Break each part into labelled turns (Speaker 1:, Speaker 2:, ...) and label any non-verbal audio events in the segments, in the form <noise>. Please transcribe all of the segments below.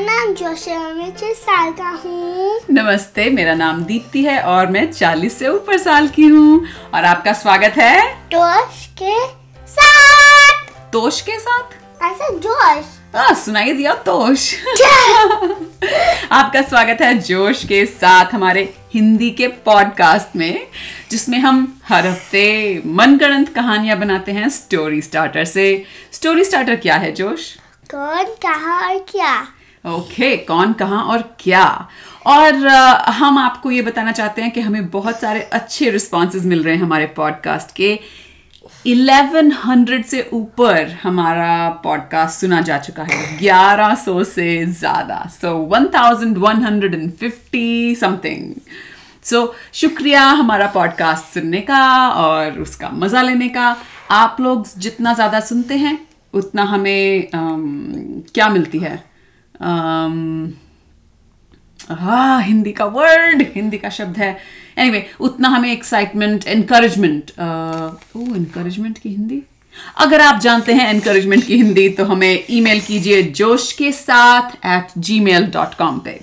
Speaker 1: और मैं छह साल का हूँ
Speaker 2: नमस्ते मेरा नाम दीप्ति है और मैं 40 से ऊपर साल की हूँ और आपका स्वागत है
Speaker 1: जोश के साथ
Speaker 2: तोश के साथ
Speaker 1: ऐसा जोश
Speaker 2: आ, सुनाई दिया तोश <laughs> आपका स्वागत है जोश के साथ हमारे हिंदी के पॉडकास्ट में जिसमें हम हर हफ्ते मनगढ़ंत कहानियां बनाते हैं स्टोरी स्टार्टर से स्टोरी स्टार्टर क्या है जोश
Speaker 1: कौन कहा और क्या
Speaker 2: ओके कौन कहाँ और क्या और अ, हम आपको ये बताना चाहते हैं कि हमें बहुत सारे अच्छे रिस्पॉन्सेज मिल रहे हैं हमारे पॉडकास्ट के 1100 से ऊपर हमारा पॉडकास्ट सुना जा चुका है 1100 से ज़्यादा सो 1150 समथिंग सो शुक्रिया हमारा पॉडकास्ट सुनने का और उसका मज़ा लेने का आप लोग जितना ज़्यादा सुनते हैं उतना हमें अम, क्या मिलती है अम, हाँ हिंदी का वर्ड हिंदी का शब्द है एनीवे anyway, उतना हमें एक्साइटमेंट एनकरेजमेंट ओ एनकरेजमेंट की हिंदी अगर आप जानते हैं एनकरेजमेंट की हिंदी तो हमें ईमेल कीजिए जोश के साथ at Gmail dot com पे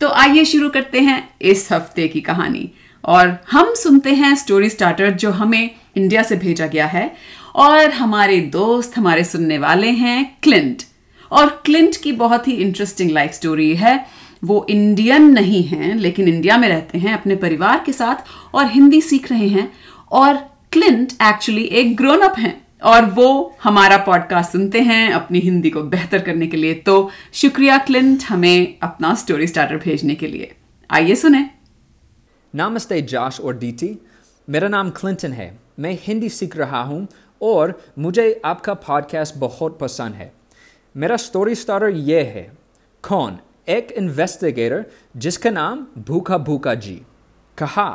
Speaker 2: तो आइए शुरू करते हैं इस हफ्ते की कहानी और हम सुनते हैं स्टोरी स्टार्टर जो हमें इंडिया से भेजा गया है और हमारे दोस्त हमारे सुनने वाले हैं क्लिंट और क्लिंट की बहुत ही इंटरेस्टिंग लाइफ स्टोरी है वो इंडियन नहीं हैं लेकिन इंडिया में रहते हैं अपने परिवार के साथ और हिंदी सीख रहे हैं और क्लिंट एक्चुअली एक ग्रोन अप हैं और वो हमारा पॉडकास्ट सुनते हैं अपनी हिंदी को बेहतर करने के लिए तो शुक्रिया क्लिंट हमें अपना स्टोरी स्टार्टर भेजने के लिए आइए सुने
Speaker 3: नमस्ते जॉश और डीटी मेरा नाम क्लिंटन है मैं हिंदी सीख रहा हूँ और मुझे आपका पॉडकास्ट बहुत पसंद है मेरा स्टोरी स्टार्टर ये है कौन एक इन्वेस्टिगेटर जिसका नाम भूखा भूखा जी कहा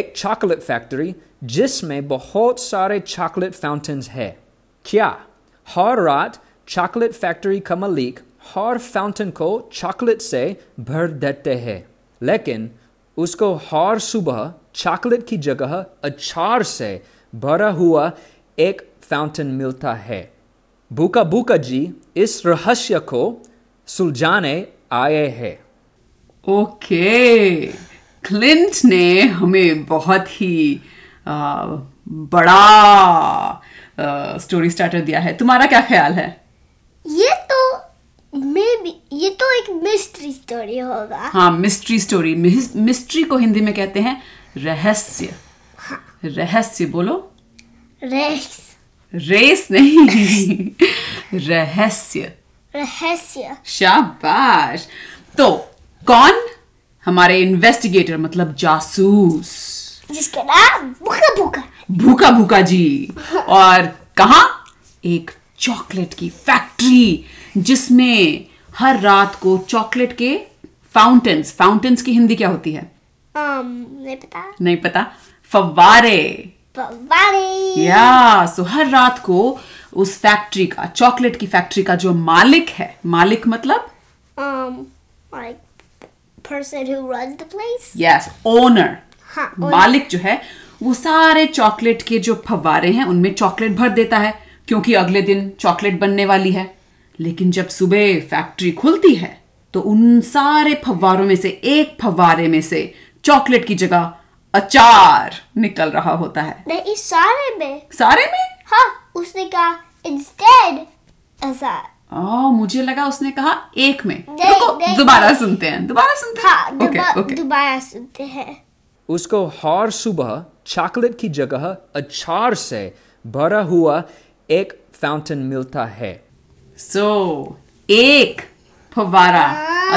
Speaker 3: एक चॉकलेट फैक्ट्री जिसमें बहुत सारे चॉकलेट फाउंटेन्स है क्या हर रात चॉकलेट फैक्ट्री का मालिक हर फाउंटेन को चॉकलेट से भर देते हैं लेकिन उसको हर सुबह चॉकलेट की जगह अचार से भरा हुआ एक फाउंटेन मिलता है बुका बुका जी इस रहस्य को सुलझाने आए हैं
Speaker 2: ओके क्लिंट ने हमें बहुत ही आ, बड़ा स्टोरी स्टार्टर दिया है तुम्हारा क्या ख्याल है
Speaker 1: ये तो मे ये तो एक मिस्ट्री स्टोरी होगा
Speaker 2: हाँ मिस्ट्री स्टोरी मिस्ट्री को हिंदी में कहते हैं रहस्य रहस्य बोलो
Speaker 1: रेस
Speaker 2: रेस नहीं रहस्य
Speaker 1: रहस्य
Speaker 2: शाबाश तो कौन हमारे इन्वेस्टिगेटर मतलब जासूस
Speaker 1: जिसका नाम बुका बुका
Speaker 2: भूखा भूखा जी और कहा एक चॉकलेट की फैक्ट्री जिसमें हर रात को चॉकलेट के फाउंटेन्स फाउंटेन्स की हिंदी क्या होती है
Speaker 1: um, नहीं पता
Speaker 2: नहीं पता फवारे
Speaker 1: बारे
Speaker 2: या सो तो हर रात को उस फैक्ट्री का चॉकलेट की फैक्ट्री का जो मालिक है मालिक मतलब
Speaker 1: um like person who runs the place
Speaker 2: yes owner
Speaker 1: हाँ, owner।
Speaker 2: मालिक जो है वो सारे चॉकलेट के जो फव्वारे हैं उनमें चॉकलेट भर देता है क्योंकि अगले दिन चॉकलेट बनने वाली है लेकिन जब सुबह फैक्ट्री खुलती है तो उन सारे फव्वारों में से एक फव्वारे में से चॉकलेट की जगह अचार निकल रहा होता है
Speaker 1: नहीं सारे में
Speaker 2: सारे में
Speaker 1: हाँ उसने कहा instead ऐसा
Speaker 2: ओ, मुझे लगा उसने कहा एक में
Speaker 1: नहीं,
Speaker 2: रुको
Speaker 1: नहीं।
Speaker 2: दोबारा सुनते हैं दोबारा सुनते
Speaker 1: हाँ
Speaker 2: हैं
Speaker 1: दुबा,
Speaker 2: ओके ओके
Speaker 1: दोबारा सुनते हैं
Speaker 3: उसको हर सुबह चॉकलेट की जगह अचार से भरा हुआ एक फाउंटेन मिलता है
Speaker 2: सो एक फवारा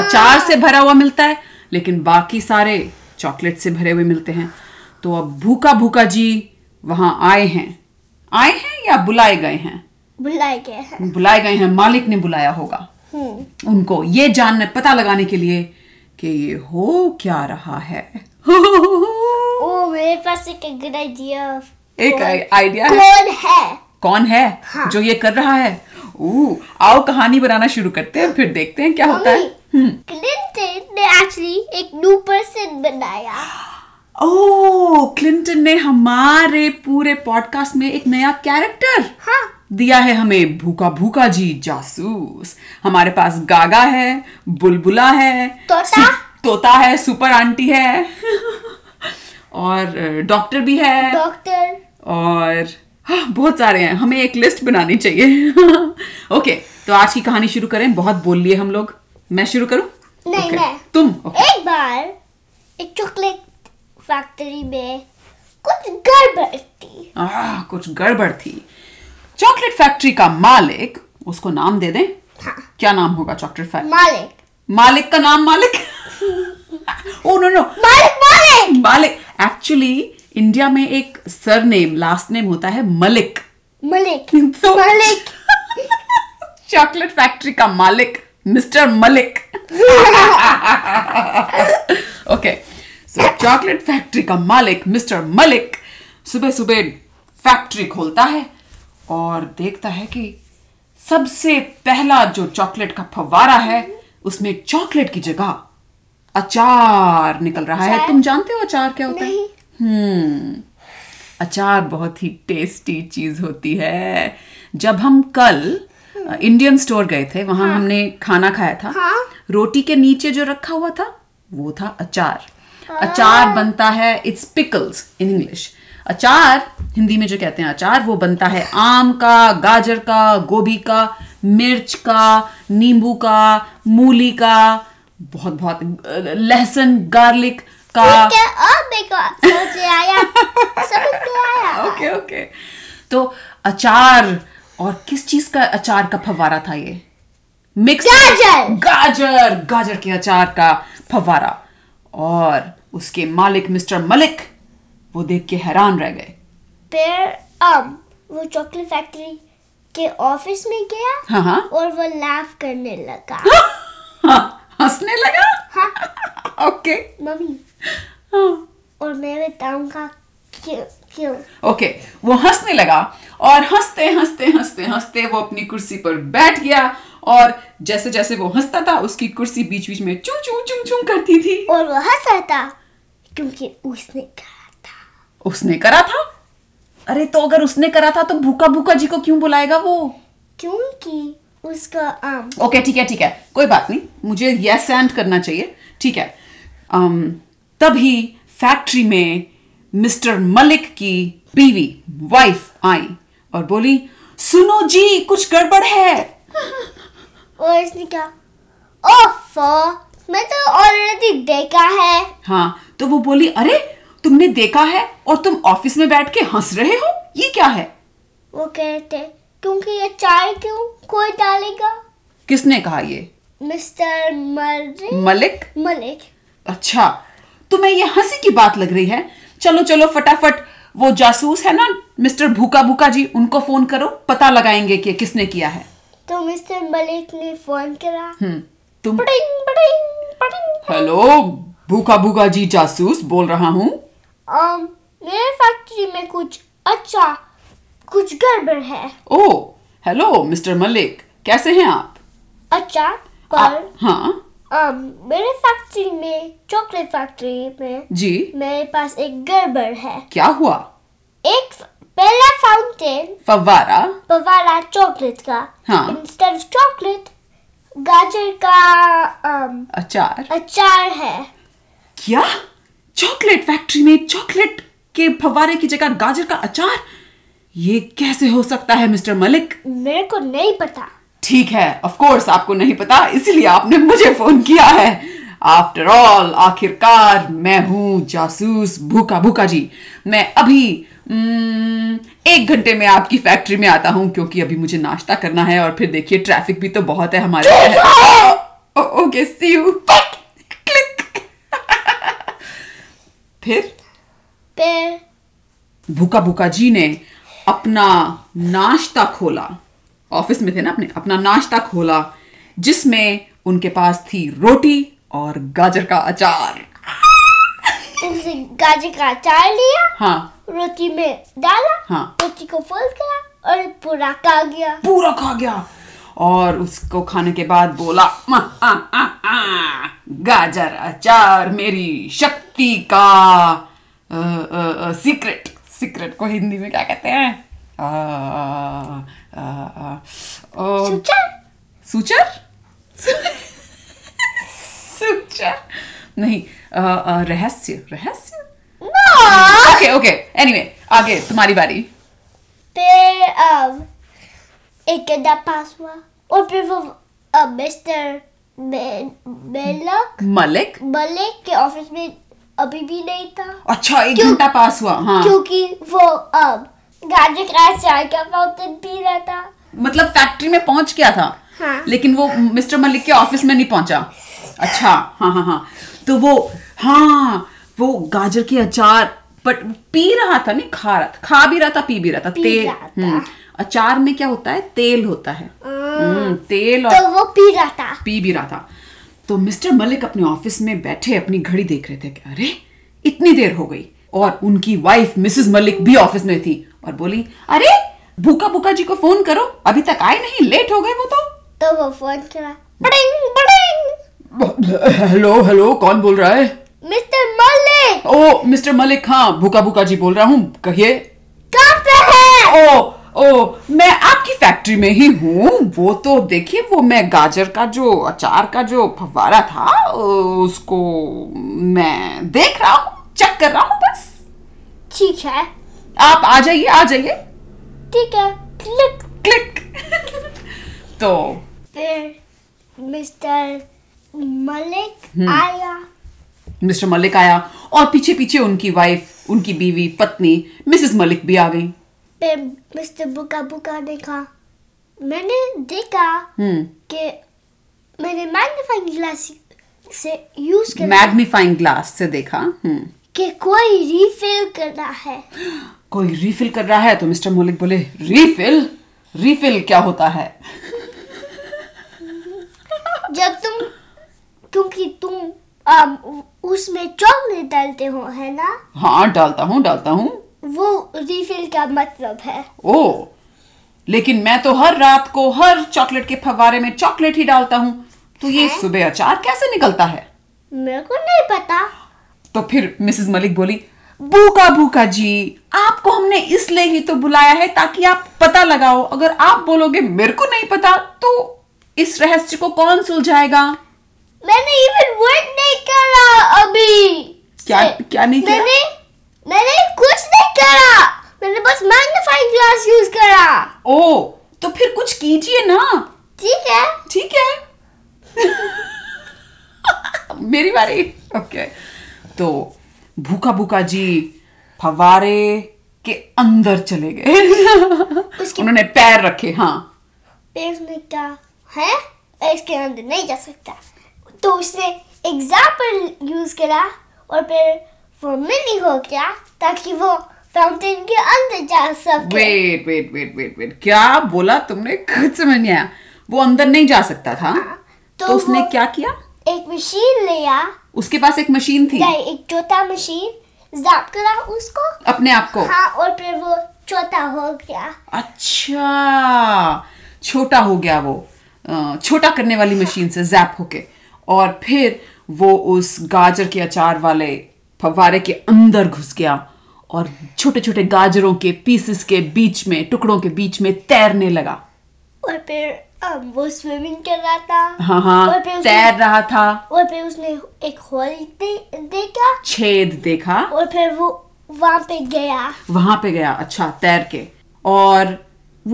Speaker 2: अचार से भरा हुआ मिलता है लेकिन बाकी सारे चॉकलेट से भरे हुए मिलते हैं तो अब भूखा भूखा जी वहां आए हैं आए हैं या बुलाए गए हैं
Speaker 1: बुलाए गए हैं
Speaker 2: बुलाए गए हैं मालिक ने बुलाया होगा
Speaker 1: हम्म,
Speaker 2: उनको ये जानने पता लगाने के लिए कि ये हो क्या रहा है <laughs>
Speaker 1: ओ मेरे पास एक गुड आइडिया
Speaker 2: <laughs> एक आइडिया है
Speaker 1: कौन
Speaker 2: <laughs>
Speaker 1: है
Speaker 2: कौन है जो ये कर रहा है ऊ आओ कहानी बनाना शुरू करते हैं फिर देखते हैं क्या होता है Hmm.
Speaker 1: क्लिंटन ने एक्चुअली एक न्यू पर्सन बनाया हाँ,
Speaker 2: ओह क्लिंटन ने हमारे पूरे पॉडकास्ट में एक नया कैरेक्टर
Speaker 1: हाँ
Speaker 2: दिया है हमें भूखा भूखा जी जासूस हमारे पास गागा है बुलबुला है
Speaker 1: तोता।
Speaker 2: सु- तोता है सुपर आंटी है और डॉक्टर भी है
Speaker 1: डॉक्टर
Speaker 2: और हाँ, बहुत सारे हैं हमें एक लिस्ट बनानी चाहिए <laughs> ओके तो आज की कहानी शुरू करें बहुत बोल लिए हम लोग मैं शुरू करूं
Speaker 1: नहीं,
Speaker 2: Okay.
Speaker 1: मैं।
Speaker 2: तुम ओके
Speaker 1: एक बार एक चॉकलेट फैक्ट्री में कुछ गड़बड़ थी
Speaker 2: आह, कुछ गड़बड़ थी चॉकलेट फैक्ट्री का मालिक उसको नाम दे दें क्या नाम होगा चॉकलेट फैक्ट्री
Speaker 1: मालिक
Speaker 2: मालिक का नाम मालिक <laughs> ओ नो नो
Speaker 1: मालिक मालिक
Speaker 2: मालिक एक्चुअली इंडिया में एक सरनेम लास्ट नेम होता है मलिक <laughs>
Speaker 1: मलिक
Speaker 2: तो
Speaker 1: मलिक
Speaker 2: चॉकलेट फैक्ट्री का मालिक mister <laughs> Malik okay so chocolate factory का मालिक मिस्टर मलिक सुबह सुबह फैक्ट्री खोलता है और देखता है कि सबसे पहला जो चॉकलेट का फवारा है उसमें चॉकलेट की जगह अचार निकल रहा है
Speaker 1: अचार?
Speaker 2: तुम जानते हो अचार क्या होता है
Speaker 1: नहीं
Speaker 2: अचार बहुत ही टेस्टी चीज होती है जब हम कल अ, इंडियन स्टोर गए थे वहां हमने खाना खाया था
Speaker 1: हम्म। हाँ।
Speaker 2: रोटी के नीचे जो रखा हुआ था वो था अचार
Speaker 1: हाँ।
Speaker 2: अचार बनता है इट्स पिकल्स इन इंग्लिश अचार हिंदी में जो कहते हैं अचार वो बनता है आम का गाजर का गोभी का मिर्च का नींबू का मूली का बहुत बहुत अ, लहसन गार्लिक का
Speaker 1: ठीक है अब एक और समझ में आया समझ में आया
Speaker 2: <laughs> ओके ओके तो अचार और किस चीज का अचार का फवारा था ये मिक्स
Speaker 1: गाजर।
Speaker 2: गाजर गाजर के अचार का फवारा और उसके मालिक मिस्टर मलिक वो देख के हैरान रह गए
Speaker 1: फिर अब वो चॉकलेट फैक्ट्री के ऑफिस में गया
Speaker 2: हाँ, हाँ। <laughs>
Speaker 1: और वो लाफ करने लगा
Speaker 2: हाँ, हंसने लगा
Speaker 1: हाँ
Speaker 2: <laughs> ओके
Speaker 1: मम्मी
Speaker 2: हाँ,
Speaker 1: और मैं बताऊंगा क्यों क्यों
Speaker 2: ओके वो हंसने लगा और हंसते हंसते हंसते हंसते वो अपनी कुर्सी पर बैठ गया और जैसे जैसे वो हंसता था उसकी कुर्सी बीच बीच में चू चू चू चू करती थी
Speaker 1: और वह हंस रहा था क्योंकि उसने कहा था
Speaker 2: उसने करा था अरे तो अगर उसने करा था तो भूखा भूखा जी को क्यों बुलाएगा वो
Speaker 1: क्योंकि उसका आम
Speaker 2: ओके ठीक है ठीक है कोई बात नहीं मुझे यस एंड करना चाहिए ठीक है um, तभी फैक्ट्री में मिस्टर मलिक की बीवी वाइफ आई और बोली सुनो जी कुछ गड़बड़ है
Speaker 1: और उसने कहा ओफो मैं तो ऑलरेडी देखा है
Speaker 2: हाँ तो वो बोली अरे तुमने देखा है और तुम ऑफिस में बैठ के हंस रहे हो ये क्या है
Speaker 1: वो कह रहे थे क्योंकि ये चाय क्यों कोई डालेगा
Speaker 2: किसने कहा ये
Speaker 1: मिस्टर मलिक
Speaker 2: मलिक
Speaker 1: मलिक
Speaker 2: अच्छा तुम्हें ये हंसी की बात लग रही है चलो चलो फटाफट वो जासूस है ना मिस्टर भूखा भूखा जी उनको फोन करो पता लगाएंगे कि किसने किया है
Speaker 1: तो मिस्टर मलिक ने फोन करा
Speaker 2: हम्म, तुम
Speaker 1: पटिंग पटिंग पटिंग
Speaker 2: हेलो भूखा भूखा जी जासूस बोल रहा हूँ
Speaker 1: um, मेरे फैक्ट्री में कुछ अच्छा कुछ गड़बड़ है
Speaker 2: ओ हेलो मिस्टर मलिक कैसे हैं आप
Speaker 1: अच्छा
Speaker 2: आ-
Speaker 1: पर
Speaker 2: हाँ
Speaker 1: um, मेरे फैक्ट्री में चॉकलेट फैक्ट्री में
Speaker 2: जी
Speaker 1: मेरे पास एक गड़बड़ है
Speaker 2: क्या हुआ
Speaker 1: एक फ- पहला फाउंटेन
Speaker 2: फवारा
Speaker 1: पवारा चॉकलेट का
Speaker 2: हाँ।
Speaker 1: इंस्टेड ऑफ चॉकलेट गाजर का um,
Speaker 2: अचार
Speaker 1: अचार है
Speaker 2: क्या चॉकलेट फैक्ट्री में चॉकलेट के फवारे की जगह गाजर का अचार ये कैसे हो सकता है मिस्टर मलिक
Speaker 1: मेरे को नहीं पता
Speaker 2: ठीक है ऑफ कोर्स आपको नहीं पता इसलिए आपने मुझे फोन किया है आफ्टर ऑल आखिरकार मैं हूं जासूस भूखा भूखा जी मैं अभी उम्म, एक घंटे में आपकी फैक्ट्री में आता हूं क्योंकि अभी मुझे नाश्ता करना है और फिर देखिए ट्रैफिक भी तो बहुत है हमारे शहर ओके सी यू क्लिक <laughs> फिर
Speaker 1: फिर
Speaker 2: भूखा भूखा जी ने अपना नाश्ता खोला ऑफिस में थे ना अपने अपना नाश्ता खोला जिसमें उनके पास थी रोटी और गाजर का अचार
Speaker 1: उनसे गाजर का अचार लिया
Speaker 2: हाँ
Speaker 1: रोटी में डाला
Speaker 2: हाँ।
Speaker 1: रोटी को फोल्ड करा और पूरा खा गया
Speaker 2: पूरा खा गया और उसको खाने के बाद बोला "हाँ, "आ, आ, आ, आ, हाँ, गाजर अचार मेरी शक्ति का सीक्रेट सीक्रेट को हिंदी में क्या कहते हैं आ, uh, uh, um,
Speaker 1: suture
Speaker 2: suture suture नहीं अ, अ, रहस्य रहस्य
Speaker 1: No.
Speaker 2: ओके ओके एनीवे आगे तुम्हारी बारी
Speaker 1: फिर अब एक गड्ढा पास हुआ और फिर वो अब मिस्टर बेलक
Speaker 2: मलिक
Speaker 1: मलिक के ऑफिस में अभी भी नहीं था
Speaker 2: अच्छा एक
Speaker 1: क्यों-
Speaker 2: घंटा पास हुआ हाँ
Speaker 1: क्योंकि वो अब गाजर का चाय का फाउंटेन पी रहा था
Speaker 2: मतलब फैक्ट्री में पहुंच गया था
Speaker 1: हाँ।
Speaker 2: लेकिन वो मिस्टर मलिक के ऑफिस में नहीं पहुंचा अच्छा हाँ हाँ हाँ तो वो हाँ वो गाजर के अचार बट पी रहा था नहीं खा रहा था खा भी रहा था पी भी रहा था
Speaker 1: पी
Speaker 2: तेल
Speaker 1: रहा था।
Speaker 2: हम्म, अचार में क्या होता है तेल होता है हम्म, तेल और
Speaker 1: तो वो पी रहा था
Speaker 2: पी भी रहा था तो मिस्टर मलिक अपने ऑफिस में बैठे अपनी घड़ी देख रहे थे कि अरे इतनी देर हो गई और उनकी वाइफ मिसेस मलिक भी ऑफिस में थी और बोली अरे भूखा भूखा जी को फोन करो अभी तक आए नहीं लेट हो गए वो तो
Speaker 1: तो वो फोन करा बड़िंग बड़िंग
Speaker 2: हेलो हेलो कौन बोल रहा है
Speaker 1: मिस्टर मलिक
Speaker 2: ओ मिस्टर मलिक हाँ भूखा भूखा जी बोल रहा हूँ कहिए
Speaker 1: कहाँ पे है
Speaker 2: ओ ओ मैं आपकी फैक्ट्री में ही हूँ वो तो देखिए वो मैं गाजर का जो अचार का जो फव्वारा था उसको मैं देख रहा हूँ चेक कर रहा हूँ बस
Speaker 1: ठीक है
Speaker 2: आप आ जाइए आ जाइए
Speaker 1: ठीक है क्लिक
Speaker 2: क्लिक <laughs> तो
Speaker 1: फिर मिस्टर मलिक आया
Speaker 2: मिस्टर मलिक आया और पीछे पीछे उनकी वाइफ उनकी बीवी पत्नी मिसेस मलिक भी आ गई
Speaker 1: फिर मिस्टर बुका बुका ने कहा मैंने देखा
Speaker 2: हम्म
Speaker 1: कि मैंने मैग्नीफाइंग ग्लास से यूज करना
Speaker 2: मैग्नीफाइंग ग्लास से देखा हम्म
Speaker 1: कि कोई रिफिल करना है
Speaker 2: कोई रीफिल कर रहा है तो मिस्टर मलिक बोले रीफिल रीफिल क्या होता है
Speaker 1: जब तुम क्योंकि तुम अम, उसमें चॉकलेट डालते हो है ना
Speaker 2: हाँ डालता हूँ डालता हूँ
Speaker 1: वो रिफिल का मतलब है
Speaker 2: ओ लेकिन मैं तो हर रात को हर चॉकलेट के फवारे में चॉकलेट ही डालता हूँ तो ये सुबह अचार कैसे निकलता है
Speaker 1: मेरे को नहीं पता
Speaker 2: तो फिर मिसेस मलिक बोली भूखा भूखा जी आपको हमने इसलिए ही तो बुलाया है ताकि आप पता लगाओ अगर आप बोलोगे मेरे को नहीं पता तो इस रहस्य को कौन सुलझाएगा
Speaker 1: मैंने इवन वर्ड नहीं करा अभी
Speaker 2: क्या क्या नहीं किया
Speaker 1: मैंने मैंने कुछ नहीं करा मैंने बस मैग्नीफाइंग ग्लास यूज करा
Speaker 2: ओ तो फिर कुछ कीजिए ना
Speaker 1: ठीक है
Speaker 2: ठीक है मेरी बारी ओके तो भूखा भूखा जी फवारे के अंदर चले गए
Speaker 1: उसके-
Speaker 2: उन्होंने पैर रखे हाँ
Speaker 1: पेड़ ने कहा है मैं इसके अंदर नहीं जा सकता तो उसने एग्जाम्पल यूज करा और फिर वो मिनी हो गया ताकि वो फाउंटेन के अंदर जा सके
Speaker 2: wait wait wait wait wait क्या बोला तुमने खुद समझ नहीं आया वो अंदर नहीं जा सकता था
Speaker 1: तो
Speaker 2: तो उसने
Speaker 1: वो-
Speaker 2: क्या किया
Speaker 1: एक मशीन लिया
Speaker 2: उसके पास एक मशीन थी
Speaker 1: या एक छोटा मशीन जाप करा उसको
Speaker 2: अपने आप को
Speaker 1: हाँ और फिर वो छोटा हो गया
Speaker 2: अच्छा छोटा हो गया वो अ, छोटा करने वाली मशीन से जैप होके और फिर वो उस गाजर के अचार वाले फव्वारे के अंदर घुस गया और छोटे छोटे गाजरों के पीसेस के बीच में टुकड़ों के बीच में तैरने लगा
Speaker 1: और फिर अम, वो स्विमिंग कर रहा था
Speaker 2: हाँ हाँ
Speaker 1: और फिर उसने,
Speaker 2: तैर रहा था
Speaker 1: और फिर उसने एक होल दे, देखा
Speaker 2: छेद देखा
Speaker 1: और फिर वो वहां पे गया
Speaker 2: वहां पे गया अच्छा तैर के और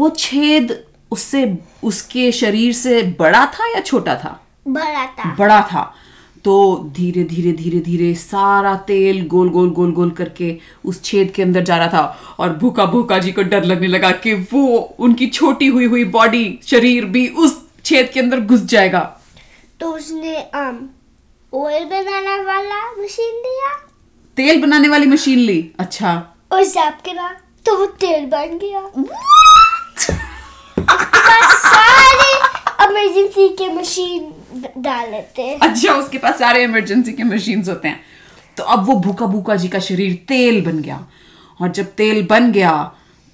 Speaker 2: वो छेद उससे उसके शरीर से बड़ा था या छोटा था
Speaker 1: बड़ा था
Speaker 2: बड़ा था तो धीरे धीरे धीरे धीरे सारा तेल गोल गोल गोल गोल करके उस छेद के अंदर जा रहा था और भूखा भूखा जी को डर लगने लगा कि वो उनकी छोटी हुई हुई बॉडी शरीर भी उस छेद के अंदर घुस जाएगा
Speaker 1: तो उसने um, ऑयल बनाना वाला मशीन लिया
Speaker 2: तेल बनाने वाली मशीन ली अच्छा
Speaker 1: और जैप करा तो वो तेल बन गया बस सारे इमरजेंसी के मशीन डाल लेते हैं।
Speaker 2: अच्छा उसके पास सारे इमरजेंसी के मशीन होते हैं तो अब वो भूखा भूखा जी का शरीर तेल बन गया और जब तेल बन गया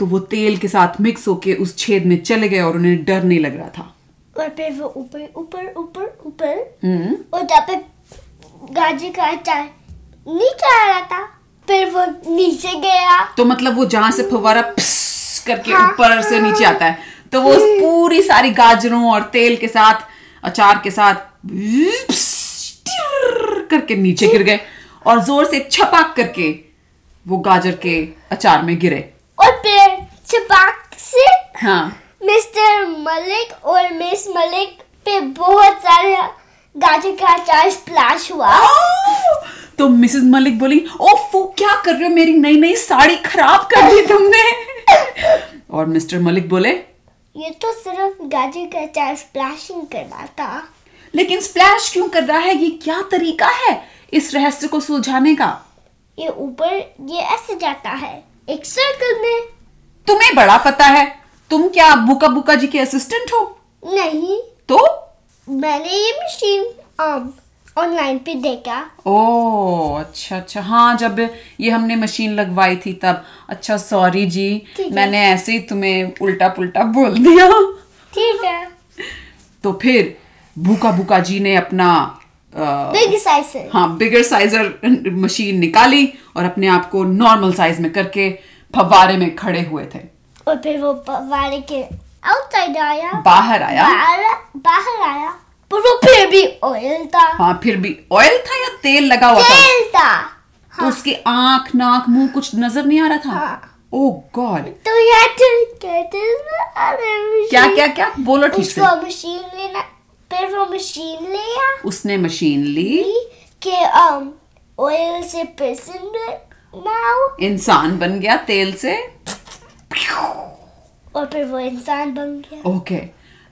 Speaker 2: तो वो तेल के साथ मिक्स होके उस छेद में चले गए और उन्हें डर नहीं लग रहा था
Speaker 1: और फिर वो ऊपर ऊपर ऊपर ऊपर और जहाँ पे गाजी का अचार नीचे आ रहा था फिर वो नीचे गया
Speaker 2: तो मतलब वो जहां से फवारा पस करके ऊपर से नीचे आता है तो वो उस पूरी सारी गाजरों और तेल के साथ अचार के साथ करके नीचे गिर गए और जोर से छपाक करके वो गाजर के अचार में गिरे
Speaker 1: और फिर छपाक से
Speaker 2: हाँ
Speaker 1: मिस्टर मलिक और मिस मलिक पे बहुत सारे गाजर का अचार स्प्लैश हुआ
Speaker 2: तो मिसेस मलिक बोली ओफो क्या कर रहे हो मेरी नई नई साड़ी खराब कर दी तुमने और मिस्टर मलिक बोले
Speaker 1: ये तो सिर्फ गाजर का अचार स्प्लैशिंग करना था
Speaker 2: लेकिन स्प्लैश क्यों कर रहा है ये क्या तरीका है इस रहस्य को सुलझाने का
Speaker 1: ये ऊपर ये ऐसे जाता है एक सर्कल में
Speaker 2: तुम्हें बड़ा पता है तुम क्या बुका बुका जी के असिस्टेंट हो
Speaker 1: नहीं
Speaker 2: तो
Speaker 1: मैंने ये मशीन ऑनलाइन पे देखा
Speaker 2: ओ अच्छा अच्छा हाँ जब ये हमने मशीन लगवाई थी तब अच्छा सॉरी जी
Speaker 1: ठीक है।
Speaker 2: मैंने ऐसे ही तुम्हें उल्टा पुल्टा बोल दिया
Speaker 1: ठीक है
Speaker 2: तो फिर भूखा भूखा जी ने अपना अ,
Speaker 1: बिग साइज
Speaker 2: हाँ बिगर साइजर मशीन निकाली और अपने आप को नॉर्मल साइज में करके फवारे में खड़े हुए थे
Speaker 1: और फिर वो पवाड़े के आउटसाइड आया
Speaker 2: बाहर आया
Speaker 1: बाहर बाहर आया पर वो फिर भी ऑयल था
Speaker 2: हाँ फिर भी ऑयल था या तेल लगा हुआ था
Speaker 1: तेल था
Speaker 2: तो उसकी आंख नाक मुंह कुछ नजर नहीं आ रहा था Oh
Speaker 1: हाँ।
Speaker 2: ओ गॉड
Speaker 1: तो we had to get it other machine.
Speaker 2: क्या क्या क्या बोलो ठीक से
Speaker 1: उसको मशीन लेना फिर वो मशीन ले आया
Speaker 2: उसने मशीन ली
Speaker 1: कि um ऑयल से पिसन बनाओ
Speaker 2: इंसान बन गया तेल से
Speaker 1: और फिर वो इंसान बन गया
Speaker 2: ओके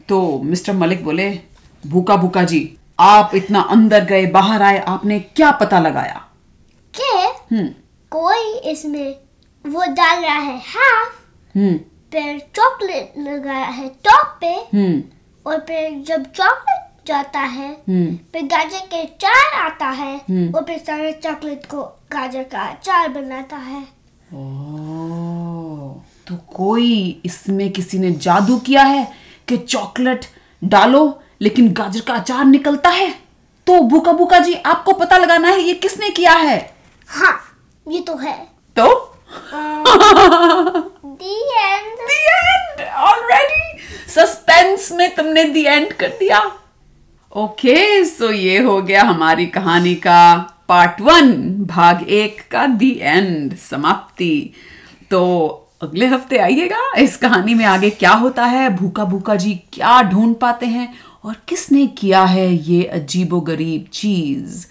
Speaker 2: तो मिस्टर मलिक बोले भूखा भूखा जी आप इतना अंदर गए बाहर आए आपने क्या पता लगाया
Speaker 1: कि
Speaker 2: हम्म
Speaker 1: कोई इसमें वो डाल रहा है हाफ
Speaker 2: हम्म
Speaker 1: फिर चॉकलेट लगाया है टॉप पे
Speaker 2: हम्म
Speaker 1: और फिर जब चॉकलेट जाता है
Speaker 2: हम्म
Speaker 1: फिर गाजर के चार आता है
Speaker 2: हम्म।
Speaker 1: और फिर सारे चॉकलेट को गाजर का अचार बनाता है
Speaker 2: ओह, तो कोई इसमें किसी ने जादू किया है कि चॉकलेट डालो लेकिन गाजर का अचार निकलता है तो बुका बुका जी आपको पता लगाना है ये किसने किया है
Speaker 1: हाँ ये तो है
Speaker 2: तो
Speaker 1: the end
Speaker 2: end already suspense में तुमने दी एंड कर दिया ओके सो ये हो गया हमारी कहानी का पार्ट वन भाग एक का दी एंड समाप्ति तो अगले हफ्ते आइएगा इस कहानी में आगे क्या होता है भूखा भूखा जी क्या ढूंढ पाते हैं और किसने किया है ये अजीबोगरीब चीज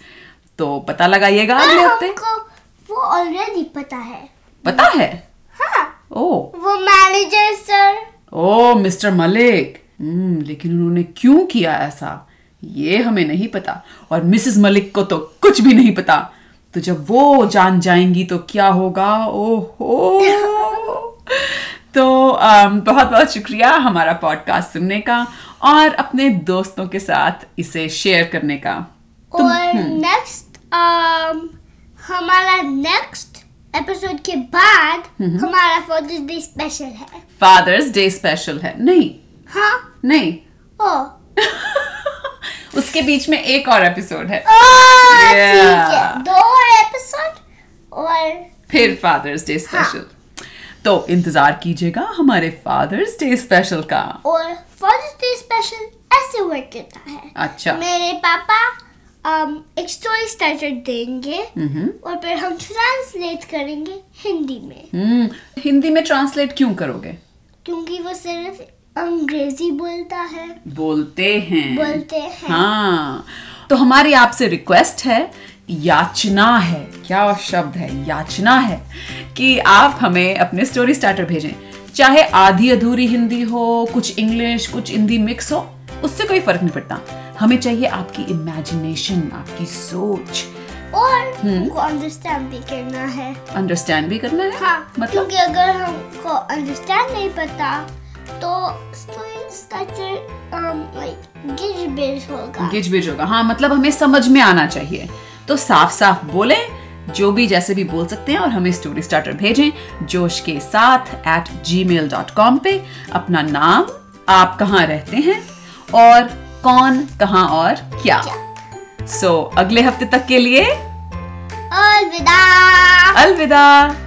Speaker 2: तो पता लगाइएगा
Speaker 1: हाँ,
Speaker 2: अगले हफ्ते
Speaker 1: हमको वो ऑलरेडी पता है
Speaker 2: पता है Oh.
Speaker 1: हाँ
Speaker 2: ओ
Speaker 1: वो मैनेजर सर
Speaker 2: ओ मिस्टर मलिक हम्म लेकिन उन्होंने क्यों किया ऐसा ये हमें नहीं पता और मिसेस मलिक को तो कुछ भी नहीं पता तो जब वो जान जाएंगी तो क्या होगा ओहो तो अम, बहुत बहुत शुक्रिया हमारा पॉडकास्ट सुनने का और अपने दोस्तों के साथ इसे शेयर करने का
Speaker 1: और
Speaker 2: हम्म।
Speaker 1: नेक्स्ट हमारा नेक्स्ट एपिसोड के बाद
Speaker 2: हम्म,
Speaker 1: हमारा फादर्स डे स्पेशल है
Speaker 2: फादर्स डे स्पेशल है नहीं
Speaker 1: हाँ
Speaker 2: नहीं
Speaker 1: ओ
Speaker 2: उसके बीच में एक और एपिसोड है
Speaker 1: ओ ठीक है
Speaker 2: Yeah.
Speaker 1: दो और एपिसोड और
Speaker 2: फिर फादर्स डे स्पेशल
Speaker 1: हाँ।
Speaker 2: तो इंतजार कीजिएगा हमारे फादर्स डे स्पेशल का
Speaker 1: और फादर्स डे स्पेशल ऐसे वर्क करता है
Speaker 2: अच्छा
Speaker 1: मेरे पापा um, एक स्टोरी स्टार्टर देंगे
Speaker 2: हम्म,
Speaker 1: और फिर हम ट्रांसलेट करेंगे हिंदी में
Speaker 2: हम्म हिंदी में ट्रांसलेट क्यों करोगे
Speaker 1: क्योंकि वो सिर्फ अंग्रेजी बोलता है
Speaker 2: बोलते हैं
Speaker 1: बोलते हैं
Speaker 2: हाँ तो हमारी आपसे रिक्वेस्ट है याचना है क्या शब्द है याचना है कि आप हमें अपने स्टोरी स्टार्टर भेजें चाहे आधी अधूरी हिंदी हो कुछ इंग्लिश कुछ हिंदी मिक्स हो उससे कोई फर्क नहीं पड़ता हमें चाहिए आपकी इमेजिनेशन आपकी सोच
Speaker 1: और हमको अंडरस्टैंड भी करना है
Speaker 2: अंडरस्टैंड भी करना है
Speaker 1: हाँ
Speaker 2: मतलब
Speaker 1: क्योंकि अगर हमको अंडरस्टैंड नहीं पता तो um, स्टोरी स्टार्टर लाइक गिज बिज होगा
Speaker 2: गिज बिज होगा हाँ मतलब हमें समझ में आना चाहिए तो साफ साफ बोलें जो भी जैसे भी बोल सकते हैं और हमें स्टोरी स्टार्टर भेजें जोश के साथ at Gmail dot com पे अपना नाम आप कहाँ रहते हैं और कौन कहाँ और क्या सो so, अगले हफ्ते तक के लिए
Speaker 1: अलविदा
Speaker 2: अलविदा